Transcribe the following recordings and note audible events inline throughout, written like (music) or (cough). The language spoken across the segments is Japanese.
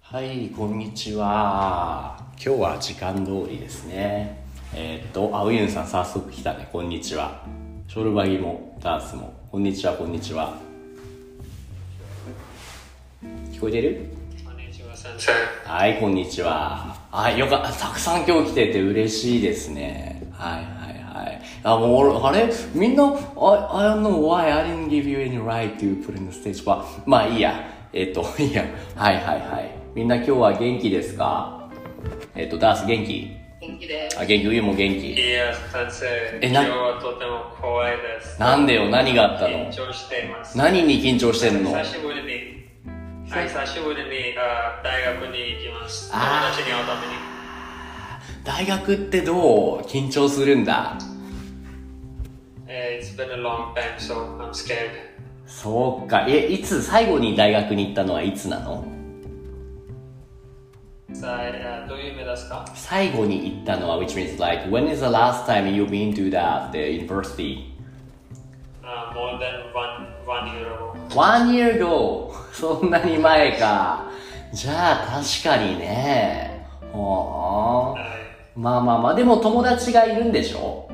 はい、こんにちは。今日は時間通りですね。えーっと、あ、ウィンさん早速来たね。こんにちは。ショルバギもダンスも。こんにちは、こんにちは。聞こえてるこんにちは、先生。はい、こんにちは。はい、よかった。たくさん今日来てて嬉しいですね。はい、はい、はい。あ、もう俺、あれみんな、I, I don't know why I didn't give you any right to put in the stage, but まあいいや。えっと、 (laughs) いいや。はい、はい、はい。みんな今日は元気ですかえっと、ダース元気元気です。あ、元気、ウィンも元い気。や、先生。え今な日はとても怖いです。なんでよ、何があった緊の張しています。何に緊張してんの久しぶりに、はい、久しぶりにあ大学に行きます。友あー達に会うため大に。学ってどう緊張するんだえー It's been a long time, so I'm scared. そうか。え、いつ、最後に大学に行ったのはいつなのさあ、えーどういう意味ですか最後に行ったのは、which means like, when is the last time you've been to that the university? あ ?More than one, one year ago. One year ago! (laughs) そんなに前か。じゃあ、確かにね。ほうはい。まあまあまあ、でも友達がいるんでしょ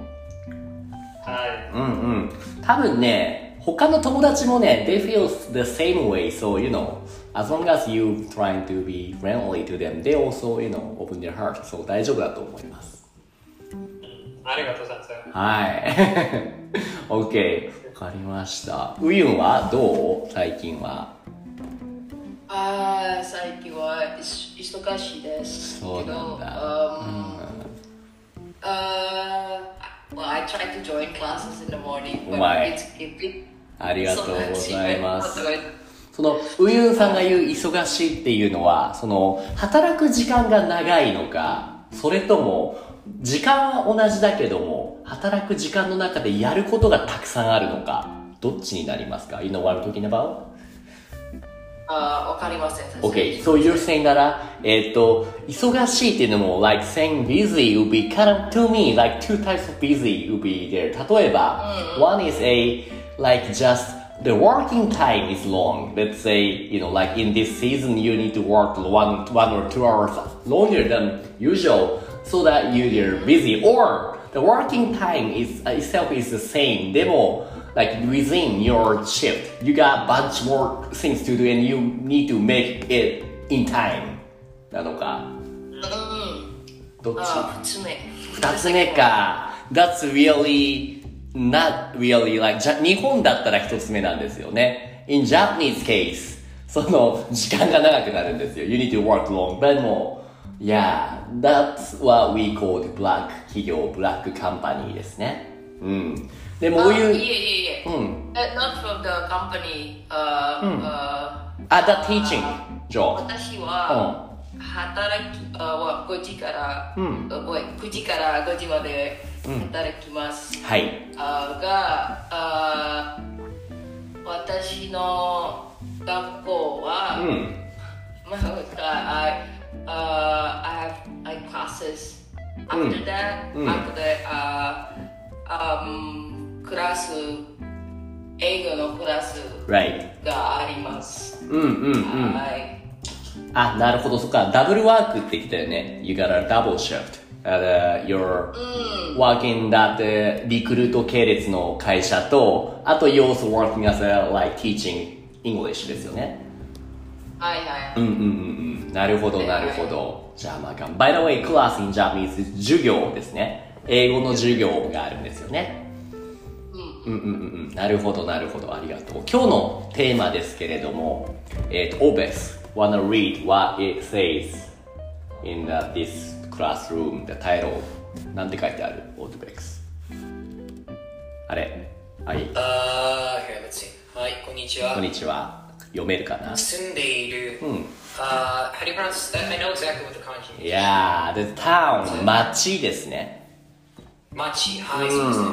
はい。うんうん。多分ね、他の友達もね、they feel the same way, so you know, as long as you trying to be friendly to them, they also, you know, open their heart, so 大丈夫だと思います。ありがとう、先生。はい。OK。わかりました。ウユンはどう最近は。あー最近は忙忙しいです。そうなんだだ。あー well, I try to join classes in the morning, うま but い it's it, it, ありがとうございますそう。なん (laughs) ですよその、ウユンさんが言う忙しいっていうのは、その、働く時間が長いのか、それとも、時間は同じだけども、働く時間の中でやることがたくさんあるのか、どっちになりますか ?You know what I'm talking about? あーわかりません。先生 Okay, so you're saying that, uh, えっと、忙しいっていうのも、like saying busy would be kind of, to me, like two types of busy would be there. 例えば、one is a, like just, the working time is long. Let's say, you know, like in this season, you need to work one, one or two hours longer than usual so that you, you're busy. Or, the working time is, uh, itself is the same. でも、like within your shift you got bunch more things to do and you need to make it in time なのかどっあー二つ目。ち2つ目。か That's really not really like じゃ日本だったら1つ目なんですよね In Japanese case その時間が長くなるんですよ You need to work long but も Yeah that's what we call the black 企業 black company ですねうんでもあこうーいういえいえいえ。うん Uh, Not from the company. あーあーあ、だ、teaching job。私は働き、あは5時から、ごめん9時から5時まで働きます、はい。あがあ私の学校は、うん。まあ、I, uh, I have I classes after that、うん after that、uh, um, クラス英語のクラス right。があります、うんうんうん。はいあ、なるほど、そっか。ダブルワークって言ってたよね。You got a double shift. At, uh, your working that uh, リクルート系列の会社と、あと you also working as a like teaching English ですよね。はいはいうんうんうんうん。なるほど、なるほど。じゃあまあ頑張 By the way, class in Japanese is 授業ですね。英語の授業があるんですよね。うんうんうんうん。なるほど、なるほど。ありがとう。今日のテーマですけれども、えっ、と、Obes wanna read what it says in the, this classroom, the title. なんて書いてある ?Obes。あれはい。 Uh, here, let's see. はい、こんにちはこん。にちは。読めるかな住んでいんる。Uh, how do you pronounce that? I know exactly what the kanji い is. やー、で、タウン、町ですね。町、はい、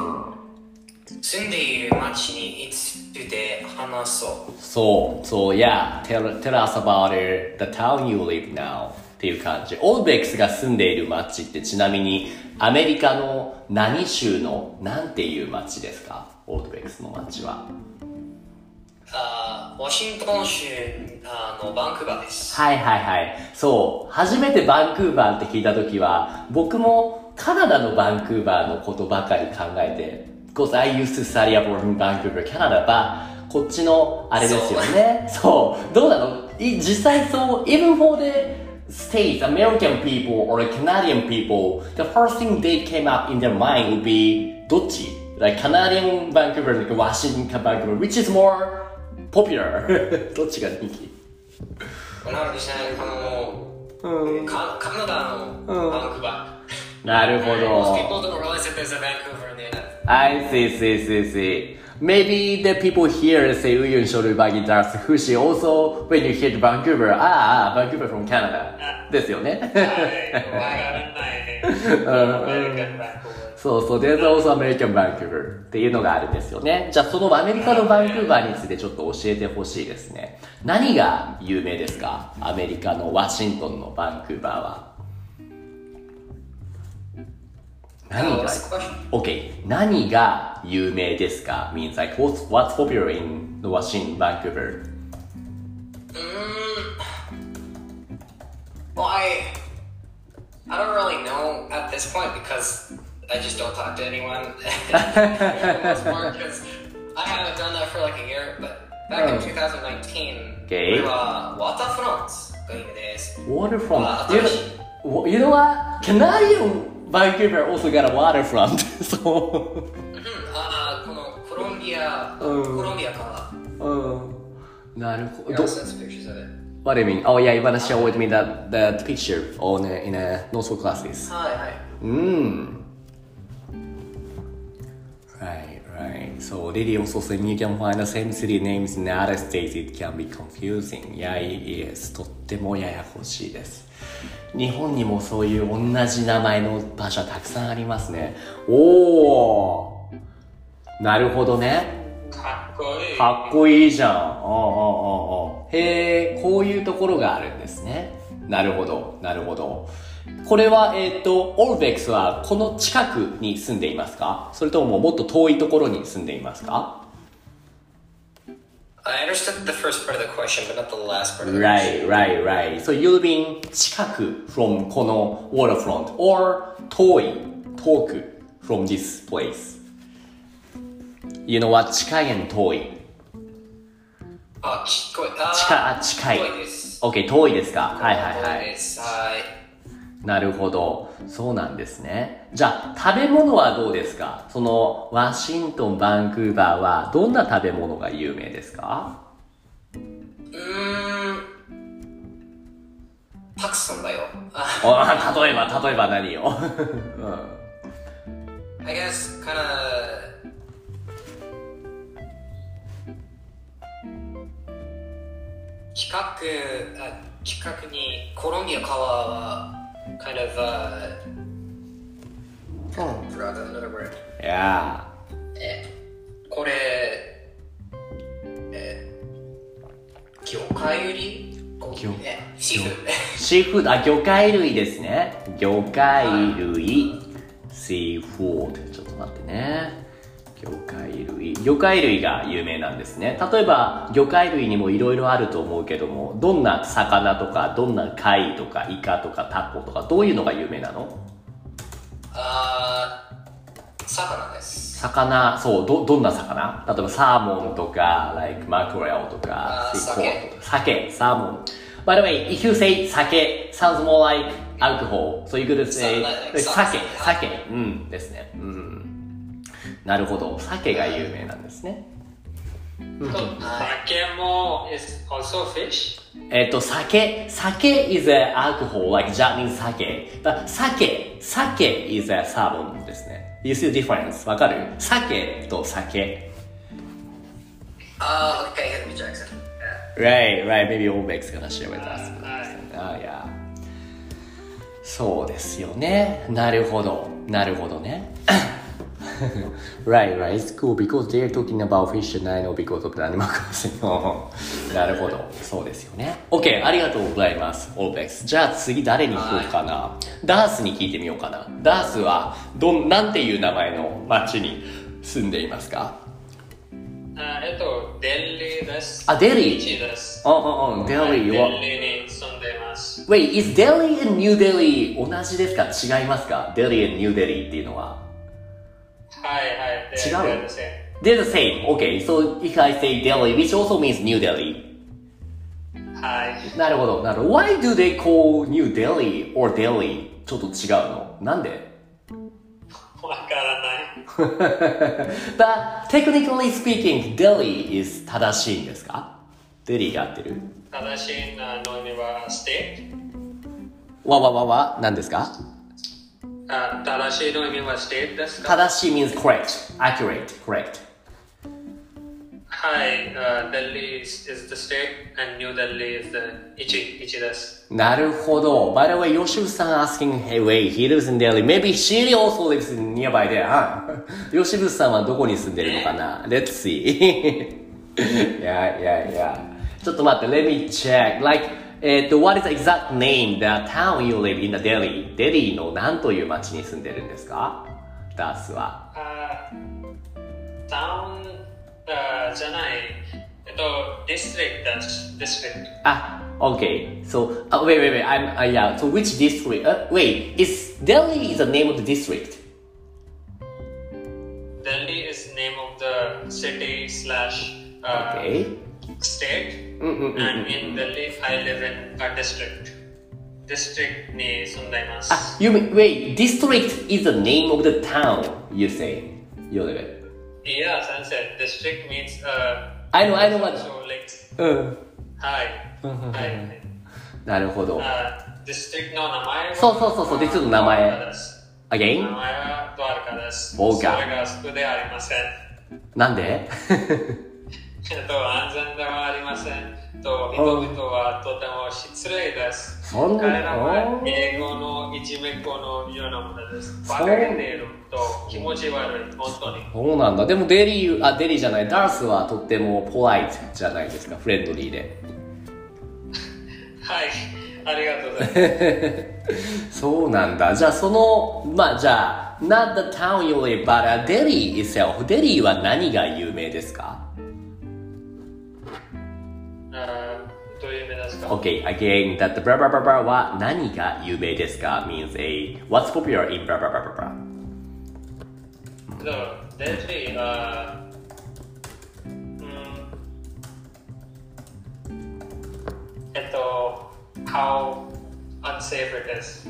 そうですね。住んでいる町にいつで話そう。そう、そう、yeah, tell, tell us about the town you live now っていう感じ。オーベックスが住んでいる町ってちなみにアメリカの何州のなんていう町ですかオーベックスの町は。あーワシントン州あのバンクーバーです。はいはいはい。そう。初めてバンクーバーって聞いたときは、僕もカナダのバンクーバーのことばかり考えて、because I used to study abroad in Vancouver, Canada, but こっちのあれですよ (laughs) ね。そう。どうなのい実際そう、even for the States, American people or Canadian people, the first thing they came up in their mind would be どっち Like Canadian Vancouver, like Washington Vancouver, which is more popular? (laughs) どっちが人気同じじゃないかの、カカナダのバンクーバー。 (laughs) なるほ Most ど。 people don't realize that there's a Vancouver in the (laughs) United I see, see, see, see. Maybe the people here say Uyun Shorubagi does Hushi also when you hit Vancouver. Ah, ah, Vancouver from Canada. ですよね。 (laughs) そうそう、there's also American Vancouver っていうのがあるんですよね。じゃあそのアメリカのバンクーバーについてちょっと教えてほしいですね。何が有名ですかアメリカのワシントンのバンクーバーは。何が OK 何が有名ですか means like what's, what's popular in the Washington Vancouver Well, I I don't really know at this point because I just don't talk to anyone. (laughs) Because I haven't done that for like a year. But back in 2019, Oh. Okay. we were Wata France going to this. waterfront あ you know, you know what Canadian Vancouver also got a waterfront (laughs) so ああ、このコロンビア、うんコロンビアから。うん uh, なるほ I ど also sent some pictures of it. What do you mean? Oh yeah, Ivana showed me that that picture on a, in a n o s c h o o l classes. はいはい。 Mm. Right, right. So Lily also said you can find the same city names in other states. It can be confusing. Yeah, it is. とってもややこしいです。日本にもそういう同じ名前の場所はたくさんありますね。おーなるほどね。かっこいい。かっこいいじゃん。ああああああへえ、こういうところがあるんですね。なるほど、なるほど。これは、えっ、と、オルベックスはこの近くに住んでいますかそれとももっと遠いところに住んでいますか I understood the first part of the question, but not the last part of the question. ?Right, right, right. So you've been 近く from この waterfront or 遠い、遠く from this place. You know what? 近い and 遠い。あ、聞こえ、あー、近、あ近い。遠いです。 OK、遠いですか。はいはいはい。遠ですはい。なるほど。そうなんですね。じゃあ、食べ物はどうですかその、ワシントン、バンクーバーは、どんな食べ物が有名ですかうーんたくさんだよ。 (laughs) ああ例えば、例えば何を (laughs) I guess, kinda...近く、あ近くにコロンビア川は、kind of, uh... Oh, forgot another word. いやえ、これ、え、魚介売りこう魚え、シーフード。ー、シーフード、あ、魚介類ですね。魚介類、シーフード。ちょっと待ってね。魚介類。魚介類が有名なんですね。例えば、魚介類にもいろいろあると思うけども、どんな魚とか、どんな貝とか、イカとか、タコとか、どういうのが有名なのあー、魚です。魚、そう、ど、どんな魚例えばサーモンとか、like マクレオとかあ、ーシーフォードとか酒、サーモン。By the way, if you say 酒 sounds more like alcohol, so you could say そう like 酒、はい酒、うん、ですね。うん。なるほど。酒が有名なんですね。酒も Uh, is also fish? えっと、酒、酒 is a alcohol, like Japanese 酒。But 酒、酒 is a サーモンですね。You see the difference? わかる酒と酒。 Ah, okay, Henry Jackson. Yeah. Right, right. Maybe Obek's gonna share with us. はい Ah, yeah. そうですよね。なるほど。なるほどね。right, right. It's cool because they're talking about fish and I know because of the animal crossing. (laughs) なるほど。そうですよね。OK, ありがとうございます。Obex。じゃあ次誰に聞こうかな。ダースに聞いてみようかな。ダースは、どん、なんていう名前の町に住んでいますかあえっと、デリーです。あデリーーです。うんうんうん。デリーは。デリーに住んでいます。 Wait, is Delhi and New Delhi 同じですか違いますか ?Delhi and New Delhi っていうのは。はいはい。で違うでですね They're the same. Okay, so if I say Delhi, which also means New Delhi. (laughs) はい。なるほど、なるほど。Why do they call New Delhi or Delhi? ちょっと違うの。なんで (laughs) わからない。 ?But technically speaking, Delhi is 正しいんですか ?Delhi が合ってる正しいのにはステわわわわ、何ですかートあ正しいのにはステートですか正しい means correct, accurate, correct. Hi, uh, Delhi is, is the state and New Delhi is the Ichi, Ichi desu. なるほど。By the way, Yoshibu-san asking, hey, wait, he lives in Delhi. Maybe Shiri also lives in nearby there, huh? (laughs) Yoshibu-san はどこに住んでるのかな ?Let's see. (laughs) yeah, yeah, yeah. ちょっと待って、let me check. Like, えっと、what is the exact name, the town you live in the Delhi? デリーの何という町に住んでるんですかダースは。 Uh, town, uh, じゃない、えっと、district です。district. あ、okay. So, uh, wait, wait, wait. I'm, uh, yeah. So which district? Uh, wait, is Delhi is the name of the district? Delhi is name of the city slash uh, Okay. state. mm, mm, And in Delhi, I live in a district. District に住んでいます。 Ah, you mean, wait, district is the name of the town, you say. You live it. Yeah, sunset. District means. Uh, I know, I know what- Mm-hmm. So like, うん。 hi, hi. なるほど。 Uh, district の名前はそうそうそうそう district の名前ドアルカです名 Again? 前はドアルカです。ボーカそれが少ではありません。 (laughs) なんで (laughs) えっと、安全ではありません。と人々はとても失礼です。そんな彼らはおー英語のいじめっ子のようなものです。そうバカげていると気持ち悪い、本当に。そうなんだ。でもデリー、あ、デリーじゃない、ダースはとってもポライトじゃないですか、フレンドリーで。はい、ありがとうございま (laughs) す。そうなんだ。じゃあその、まあじゃあ、not the town you live, but デリー itself. デリーは何が有名ですかあーどういう意味ですか Okay, again, that the blah blah blah blah は何が有名ですか means a what's popular in blah blah blah blah blah. So definitely, uh, mm, えっと、how unsafe it is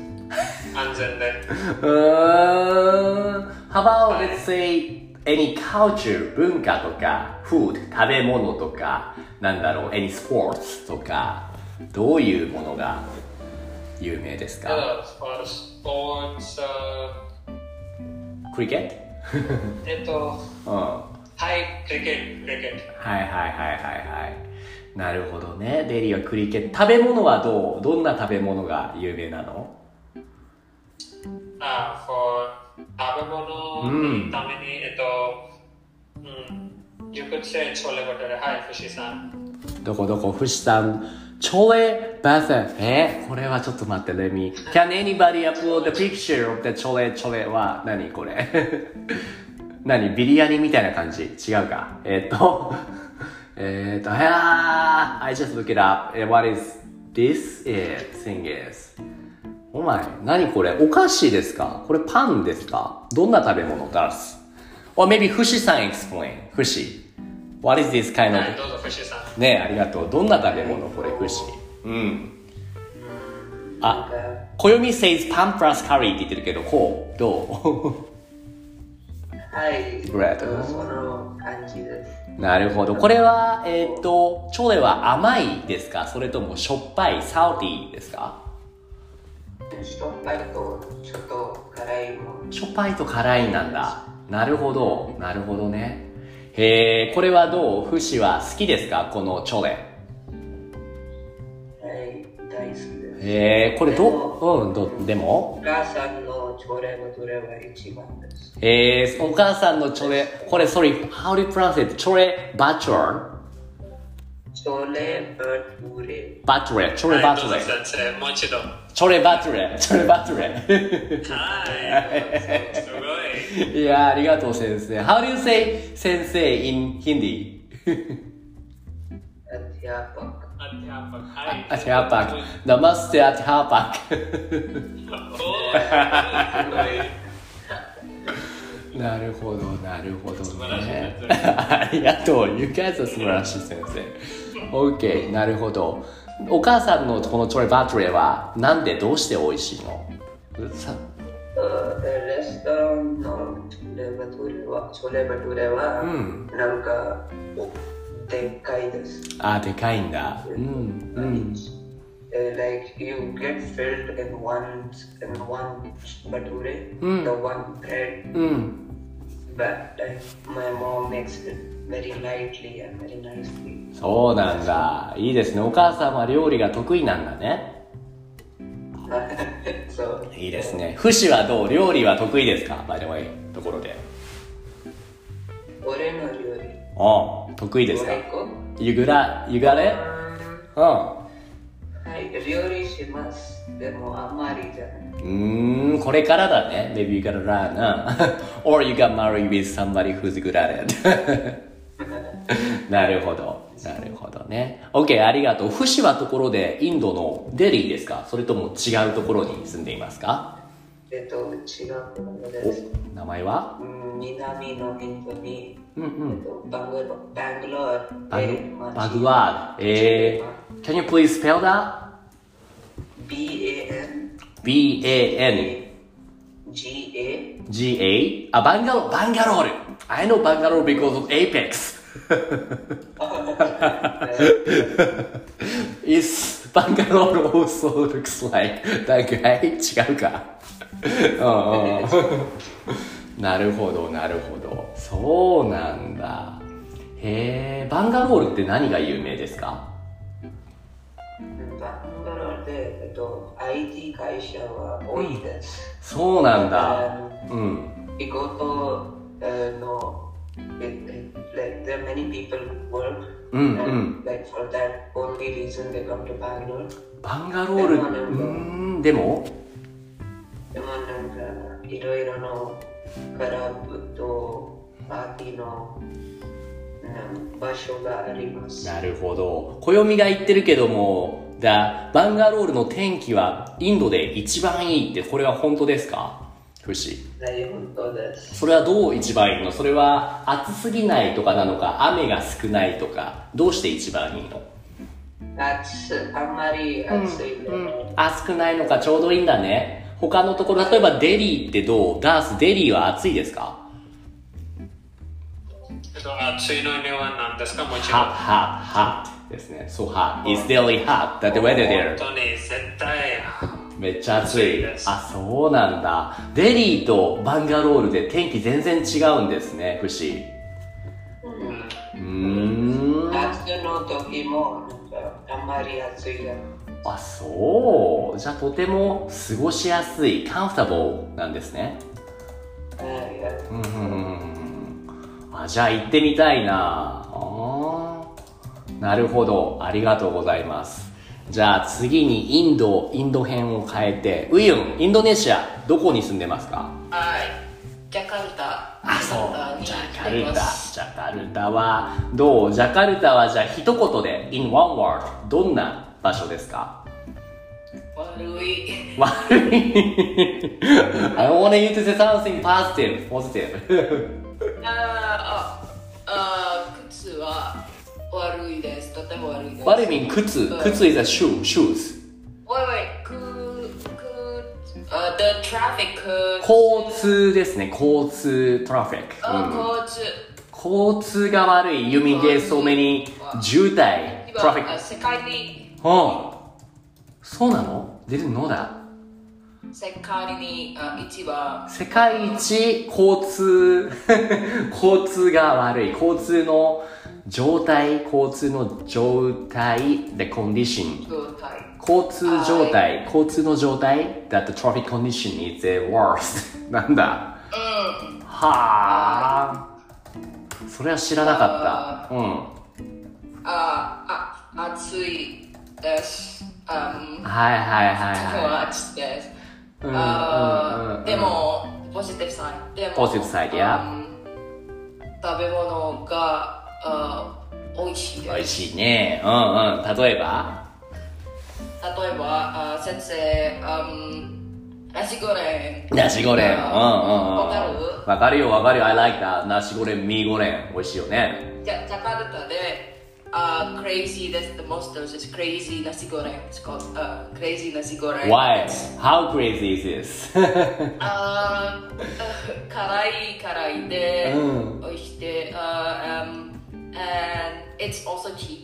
安全で。うーん How about let's say any culture 文化とか food 食べ物とかなんだろう any sports とかどういうものが有名ですたかだ、for sports、uh, クリケットえっと、 (laughs) うんははい、クリケット、クリケいはいはいはいはいなるほどねデリーはクリケット食べ物はどうどんな食べ物が有名なのット。あ、for Uh, 食べ物のために、えっと、うん、you mm, could say チョレバトレ、はい、フシさん。どこどこ、富士山、チョレバザえこれはちょっと待って、レミ。Can anybody upload the picture of the チョレチョレは、何こ (laughs) れ何ビリヤニみたいな感じ違うかえーっと、 (laughs) えーっと、あー I just look it up. Eh, What is this eh, thing is? お前、何これお菓子ですかこれパンですかどんな食べ物出す Or maybe 富士山 explain. 富士。What is this kind はい、 of どうぞフシさん。ねえありがとうどんな食べ物これフシうんあ暦 says パンプラスカリーって言ってるけどこうどはい。ブレッドえっとその感じです。う (laughs) なるほどこれはえーっとチョレは甘いですかそれともしょっぱいサウティーですかしょっぱいとちょっと辛いもの。しょっぱいと辛いなんだなるほどなるほどねへえ、これはどうフシは好きですかこのチョレ。はい、大好きです。へえ、これでど、もうん、ど、でもお母さんの朝礼のどれが一番です。えー、お母さんのチョレ、これ、sorry, how do you pronounce it? チョレバチョル朝礼、バトレ、バチョレ、チョレバチョレはい、どう。ぞ先生もう一度。はチョレバチョレ、チョレバチ (laughs) ョい、すごい。レ。いやー、ありがとう先生。How do you say 先生 in Hindi? (laughs) アティアパク。アティアパック。アティアパック。ナマステアティアパおーすごい。ック。 (laughs) なるほど、なるほど素晴らしいね先。ありがとう。You guys are 素晴らしい先生。OK、なるほど。お母さんのこのチョレバチョレは、なんでどうして美味しいのさ Hmm. レストランのレバトレは、朝礼バトレは、んなんか、でっかいです。あー、でかいんだ。うん、うん。 Uh, like you get filled in one in one bature, the one bread, うん。 but like my mom makes it very lightly and very nicely. (laughs) そうなんだ。いいですね。お母さんは料理が得意なんだね。 so いいですね。フシはどう料理は得意ですかバイデイ。ところで。 Korean or Yuri? うん。得意ですか I cook. ?You got, you got it? う I Yuri she must demo amari jan. ん。うーん、これからだね。Maybe you gotta learn. (laughs) Or you got married with somebody who's good at it. (laughs) なるほど。なるほどね。OK、ありがとう。フシはところで、インドのデリーですかそれとも違うところに住んでいますか Eto chiga お、名前は Minami no Indo ni うんうん。 Eto Bangalore Bangalore バグ eh, machi. バグワード。えー、can you please spell that? B A N B-A-N-G-A? G A あ、バンガロー、バンガロール。I know バンガロール because of Apex. (laughs) Is バンガロール also looks like なんか、はい違うか。 (laughs) うんうん。なるほど、なるほど。そうなんだ。へえ、バンガロールって何が有名ですかバンガロールで、えっと、IT 会社は多いです。そうなんだ。うん。仕事えーの、it- it- like, there are many people who work, うんう and, ん like, for that only reason they come to Bangalore. バンガロール、うでもなーんかん、でも、でもなんか、いろいろのクラブとパーティーのなん場所があります。なるほど。暦が言ってるけども、だバンガロールの天気はインドで一番いいって、これは本当ですかフシ。はい、本当です。それはどう一番いいのそれは暑すぎないとかなのか、雨が少ないとか、どうして一番いいの暑あんまり暑い Mm. の、暑くないのかちょうどいいんだね。他のところ、例えばデリーってどうダース、デリーは暑いですかえっと暑いのには何ですかもちろん hot, hot, hot ですね。so hot. Is Delhi hot? That the weather there. 本当に絶対めっちゃ暑い暑いですあそうなんだデリーとバンガロールで天気全然違うんですね不思議うーん夏の時もなんかあんまり暑いがあそうじゃあとても過ごしやすいカンフタボーなんですねないうんうんうんうんあじゃあ行ってみたいなあーなるほどありがとうございますじゃあ次にインドインド編を変えてウィユンインドネシアどこに住んでますかジャカルタあそうジジャャカカルルタに来てタいますジャカルタはどうジャカルタはじゃあ一言で in one word どんな場所ですか悪い悪い I want you to say something positive positive (laughs) あーああー靴は悪いですとても悪いです悪い mean 靴靴 is a shoe shoes Wait, wait, could, could, uh, the traffic could. 交通ですね交通トラフィック、 Uh, うん could. 交通が悪い You mean there's so many 渋滞トラフィック Uh, 世界に。うんそうなの Didn't know that 世界にあ一番世界一交通 (laughs) 交通が悪い交通の状態交通の状態でコンディション状態。交通状態交通の状態 that the traffic condition is the worst なんだうん。はあそれは知らなかったうんあ、あ、暑いです。あ、うん。はいはいはいははい暑いです。うんうんうんうあんでも、ポジティブサイド。でも、 Positive side, yeah. うん食べ物があ美味しいです。美味しいねうんうん例えば例えば、あ先生、うん、ラシゴレン。ナシゴレンうんうんうんわかるわかるよわかるよ I like that ナシゴレンミーゴレン美味しいよねジャジャカルタで、あ crazy, that's the most delicious, crazy ナシゴレン。It's called、uh, crazy ナシゴレン。 Why? How crazy is this? (laughs) あー (laughs) 辛い辛いで、うん美味しくて、あー um, and it's also cheap.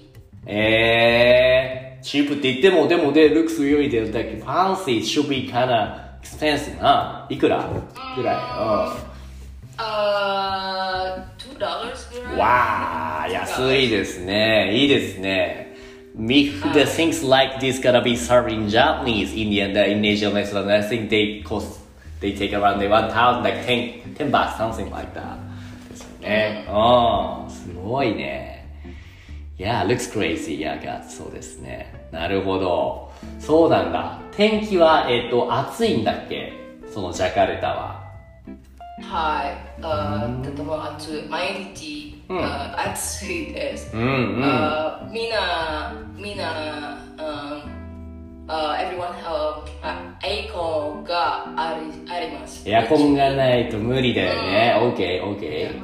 えー、チープって言ってもでもで looks really good like fancy should be kinda expensive ないくらぐらいうんあー2 Uh, dollars ぐらい。わあ、安いですね。いいですね。If the はい things like this gonna be served in Japanese, Indian, the Indonesian restaurant, I think they cost, they take around the 1,000, like 10, 10 bucks, something like that. ですよね。うん、すごいね。Yeah, looks crazy. Yeah, God. そうですね。なるほど。そうなんだ。天気は、えっ、と、暑いんだっけそのジャカルタは。はい。あ Mm. ーとても暑い。毎日、うんあー暑いです。うんうん。あーみんな、みんな、うんあー um, uh, everyone help Uh, あエコンがありあります。エアコンがないと無理だよね。OK, OK.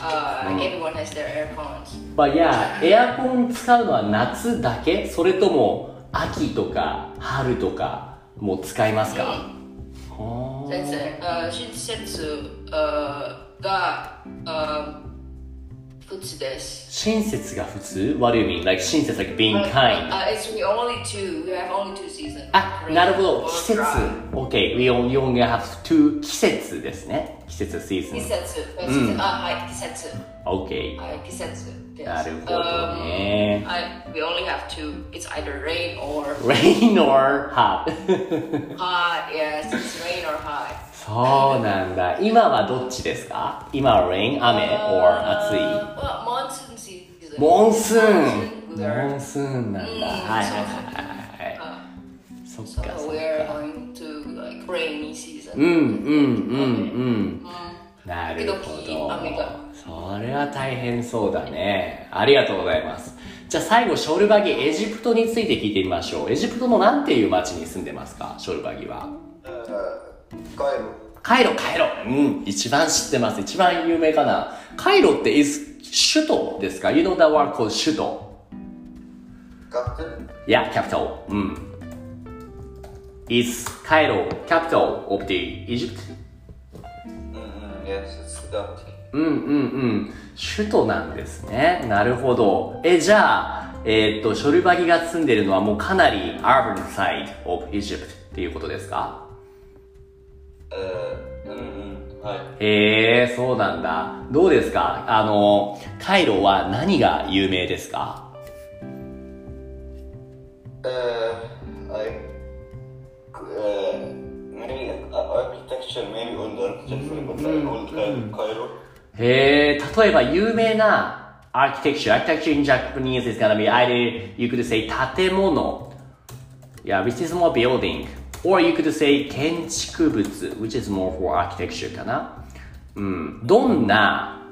あー Uh, everyone has their aircons. まあ、いや、エアコン使うのは夏だけそれとも秋とか春とかも使いますか、ほー先生、あー新施設あーがあー普通です。親切が普通 ?What do you mean? Like 親切 like being kind. Ah, あ、it's Uh, we only two. We have only two seasons. あ、なるほ Rain ど。 or 季節 dry.。 OK. We only we only have two 季節ですね。季節 season. 季節。んあ、はい、季節。 OK. はい、季節です。なるほどね Um, I, we only have two. It's either rain or Rain or hot. (laughs) hot. Yes, it's rain or hot. そうなんだ。今はどっちですか今は rain, 雨 (laughs) or 暑い Uh, well, monsoon season. モンスーン Monsoon, we are- モンスーンなんだ。うんはいはいはいはいはい。そっかそ So っか。 we are going to like rainy season. うんうんうんうん。なるほ時々雨がど。それは大変そうだね。ありがとうございます。じゃあ最後、ショルバギ、エジプトについて聞いてみましょう。エジプトのなんていう町に住んでますかショルバギは。カイロカイロ、カイロ。うん、一番知ってます。一番有名かな。カイロって、is 首都ですか ?You know that word called 首都。ガプン Yeah, capital. Mm. Is Cairo capital of the Egypt? うんうん Eh, Yes, it's Gapten うんうんうん。首都なんですね。なるほど。え、じゃあ、えーっと、ショルバギが住んでるのはもうかなり urban side of Egypt っていうことですかえーうんうんはいへえ、そうなんだ。どうですかあの、カイロは何が有名ですかえーはいえー eh, maybe uh, architecture maybe old architecture but like old uh, Cairo Cairo へえ、例えば有名な architecture, architecture in Japanese is gonna be either you could say 建物 yeah, which is more building or you could say 建築物 which is more for architecture かなうん、どんな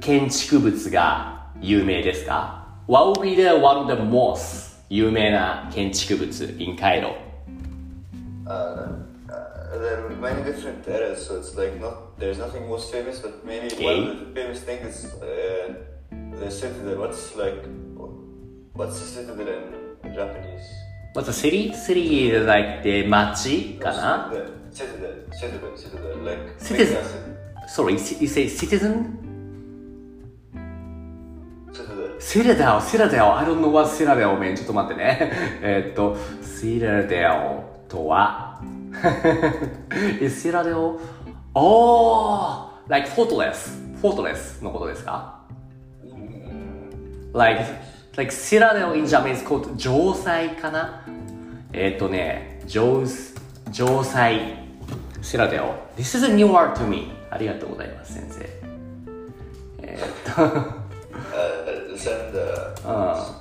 建築物が有名ですか What would be the one of the most 有名な建築物 in Cairo? Uh, there are many different eras, so it's like not there's nothing most famous, but maybe Okay. one of the famous thing is uh, the citadel. What's like what's the citadel in Japanese? What's the city? City is like the 町かな The citadel, citadel, citadel, like big Citizen. city- Sorry, you say citizen? citadel. セラダオ、セラダオ。I don't know what セラダオ mean. ちょっと待ってね。えーっと、セラダオ。とは (laughs) Is シラデオおー Like Fortress Fortress のことですか Like Like シラデオ in Japanese called 城塞かなえっ、とね城城塞シラデオ This is a new word to me ありがとうございます先生えーっと Uh, send the. Ah.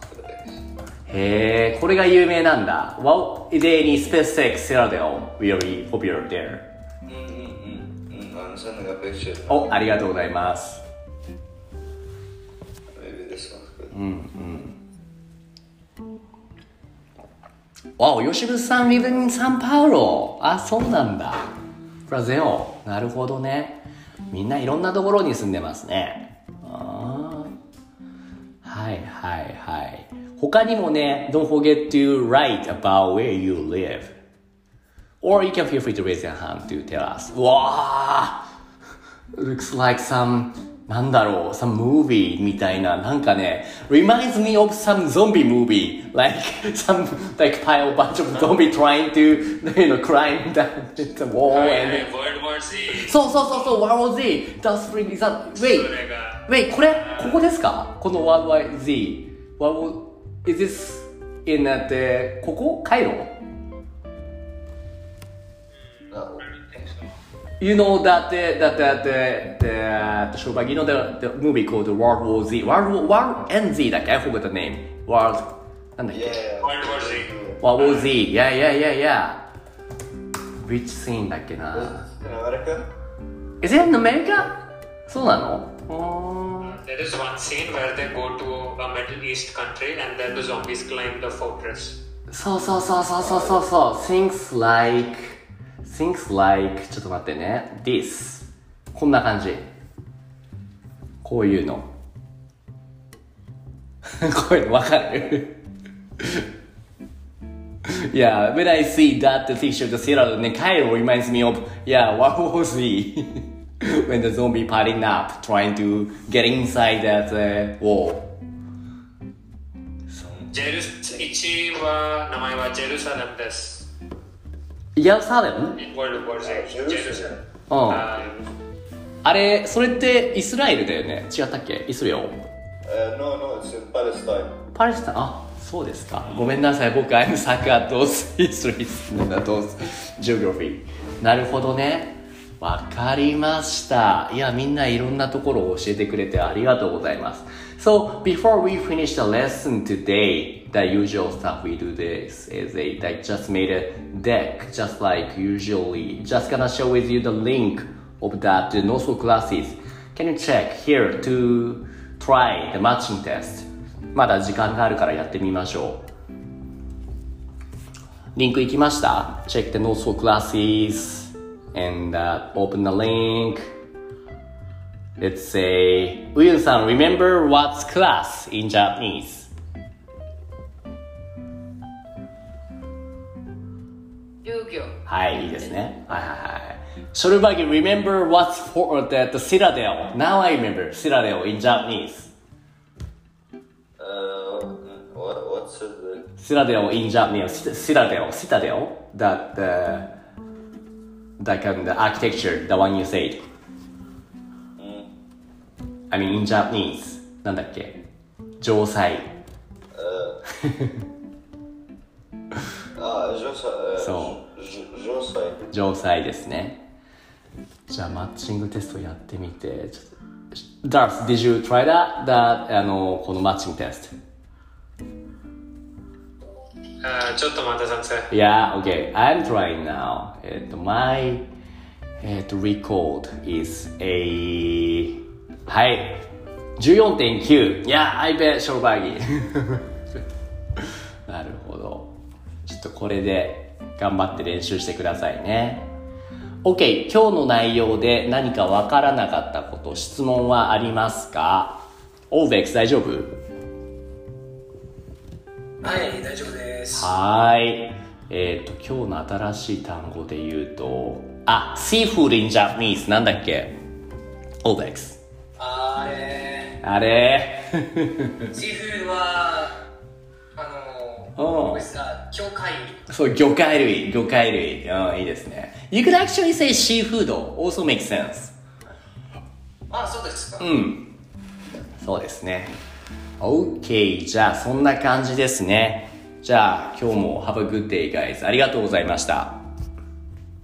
へえ、これが有名なんだ。Well, they need SpaceX Citadel really popular there. Mm, mm, mm, mm. I'm sending a picture. お、ありがとうございます。 Maybe this one's good. Hmm. わお、吉部さん live in San Paulo. あ、そうなんだ。ブラゼル。なるほどね。みんないろんなところに住んでますね。あーはいはいはい。他にもね、don't forget to write about where you live. Or you can feel free to raise your hand to tell us. うわー Looks like some, なんだろう、some movie みたいな、なんかね、reminds me of some zombie movie. Like, some, like, pile bunch of zombie trying to, you know, climb down the wall and... World War Z そうそうそうそう、ワールド Z、ダスプリングザ、ウェイ、それがウェイ、これ、ここですかこのワールド Z。ワールド、is this in a, the, ここカイロ No. You know that the, that the, the, the, the, the, you know the, the movie called World War Z. World War, World and Z だっけ I forgot the name. World, なんだっけ Yeah. World War World Z. War Z. Yeah, yeah, yeah, yeah. Which scene だっけな In America? Is it in America? そうなのうーん There is one scene where they go to a Middle East country and then the zombies climb the fortress. そうそうそうそうそうそうそう things like things like ちょっと待ってね this こんな感じこういうの (laughs) こういうのわかる (laughs) Yeah, when I see that picture of the Sierra in Cairo reminds me of yeah, what was he (laughs) when the zombie piling up trying to get inside that uh, wall. Jerus Ichi wa namae wa Jerusalem desu. Yerusalem? In World War Z. Jerusalem. うん。 Uh, あれ、それってイスラエルだよね違ったっけイスラエル Uh, no, no, it's in Palestine. パレスタンあ、そうですか。ごめんなさい。僕、I'm suck at those histories and those geography. なるほどね。わかりました。いや、みんないろんなところを教えてくれてありがとうございます。So, before we finish the lesson today, the usual stuff we do this is a, I just made a deck, just like usually. Just gonna share with you the link of that Nosso classes. Can you check here to try the matching test? まだ時間があるからやってみましょう。リンク行きました ?Check the notes for classes and、uh, open the link. Let's say, ウユンさん、remember what's class in Japanese? 遊戯はい、いいですね。はいはいはい。ショルバギ、remember what's for the, the citadel? Now I remember citadel in Japanese. Uh, what, what's it? uh, Citadel in Japanese, Citadel, Citadel, that the that kind the architecture, the one you said. I mean in Japanese, なんだっけ城塞。 Ah, Josai. Uh, So. J- J- Josai. 城塞ですね。じゃあマッチングテストやってみて。ちょっと Darth, did you try that? that あの、このマッチングテスト。 uh, ちょっと待って、先生。 Yeah, okay. I'm trying now. And my and record is a はい14.9. Yeah, I bet ショルバーギ。 (laughs) なるほど。ちょっとこれで頑張って練習してくださいね。OK、今日の内容で何かわからなかったこと、質問はありますか ?OVEX 大丈夫はい、大丈夫です。はーい。えっ、と、今日の新しい単語で言うと、あ、seafood in Japanese なんだっけ ?obex。あれあれシーフーは、あの、うん僕さ、魚介そう、魚介類、魚介類。うん、いいですね。You could actually say seafood also makes sense. あそうですか、うん。そうですね。OK。じゃあ、そんな感じですね。じゃあ、今日も Have a good day, guys. ありがとうございました。は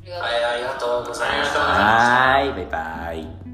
いありがとうございましたはーい。バイバイ。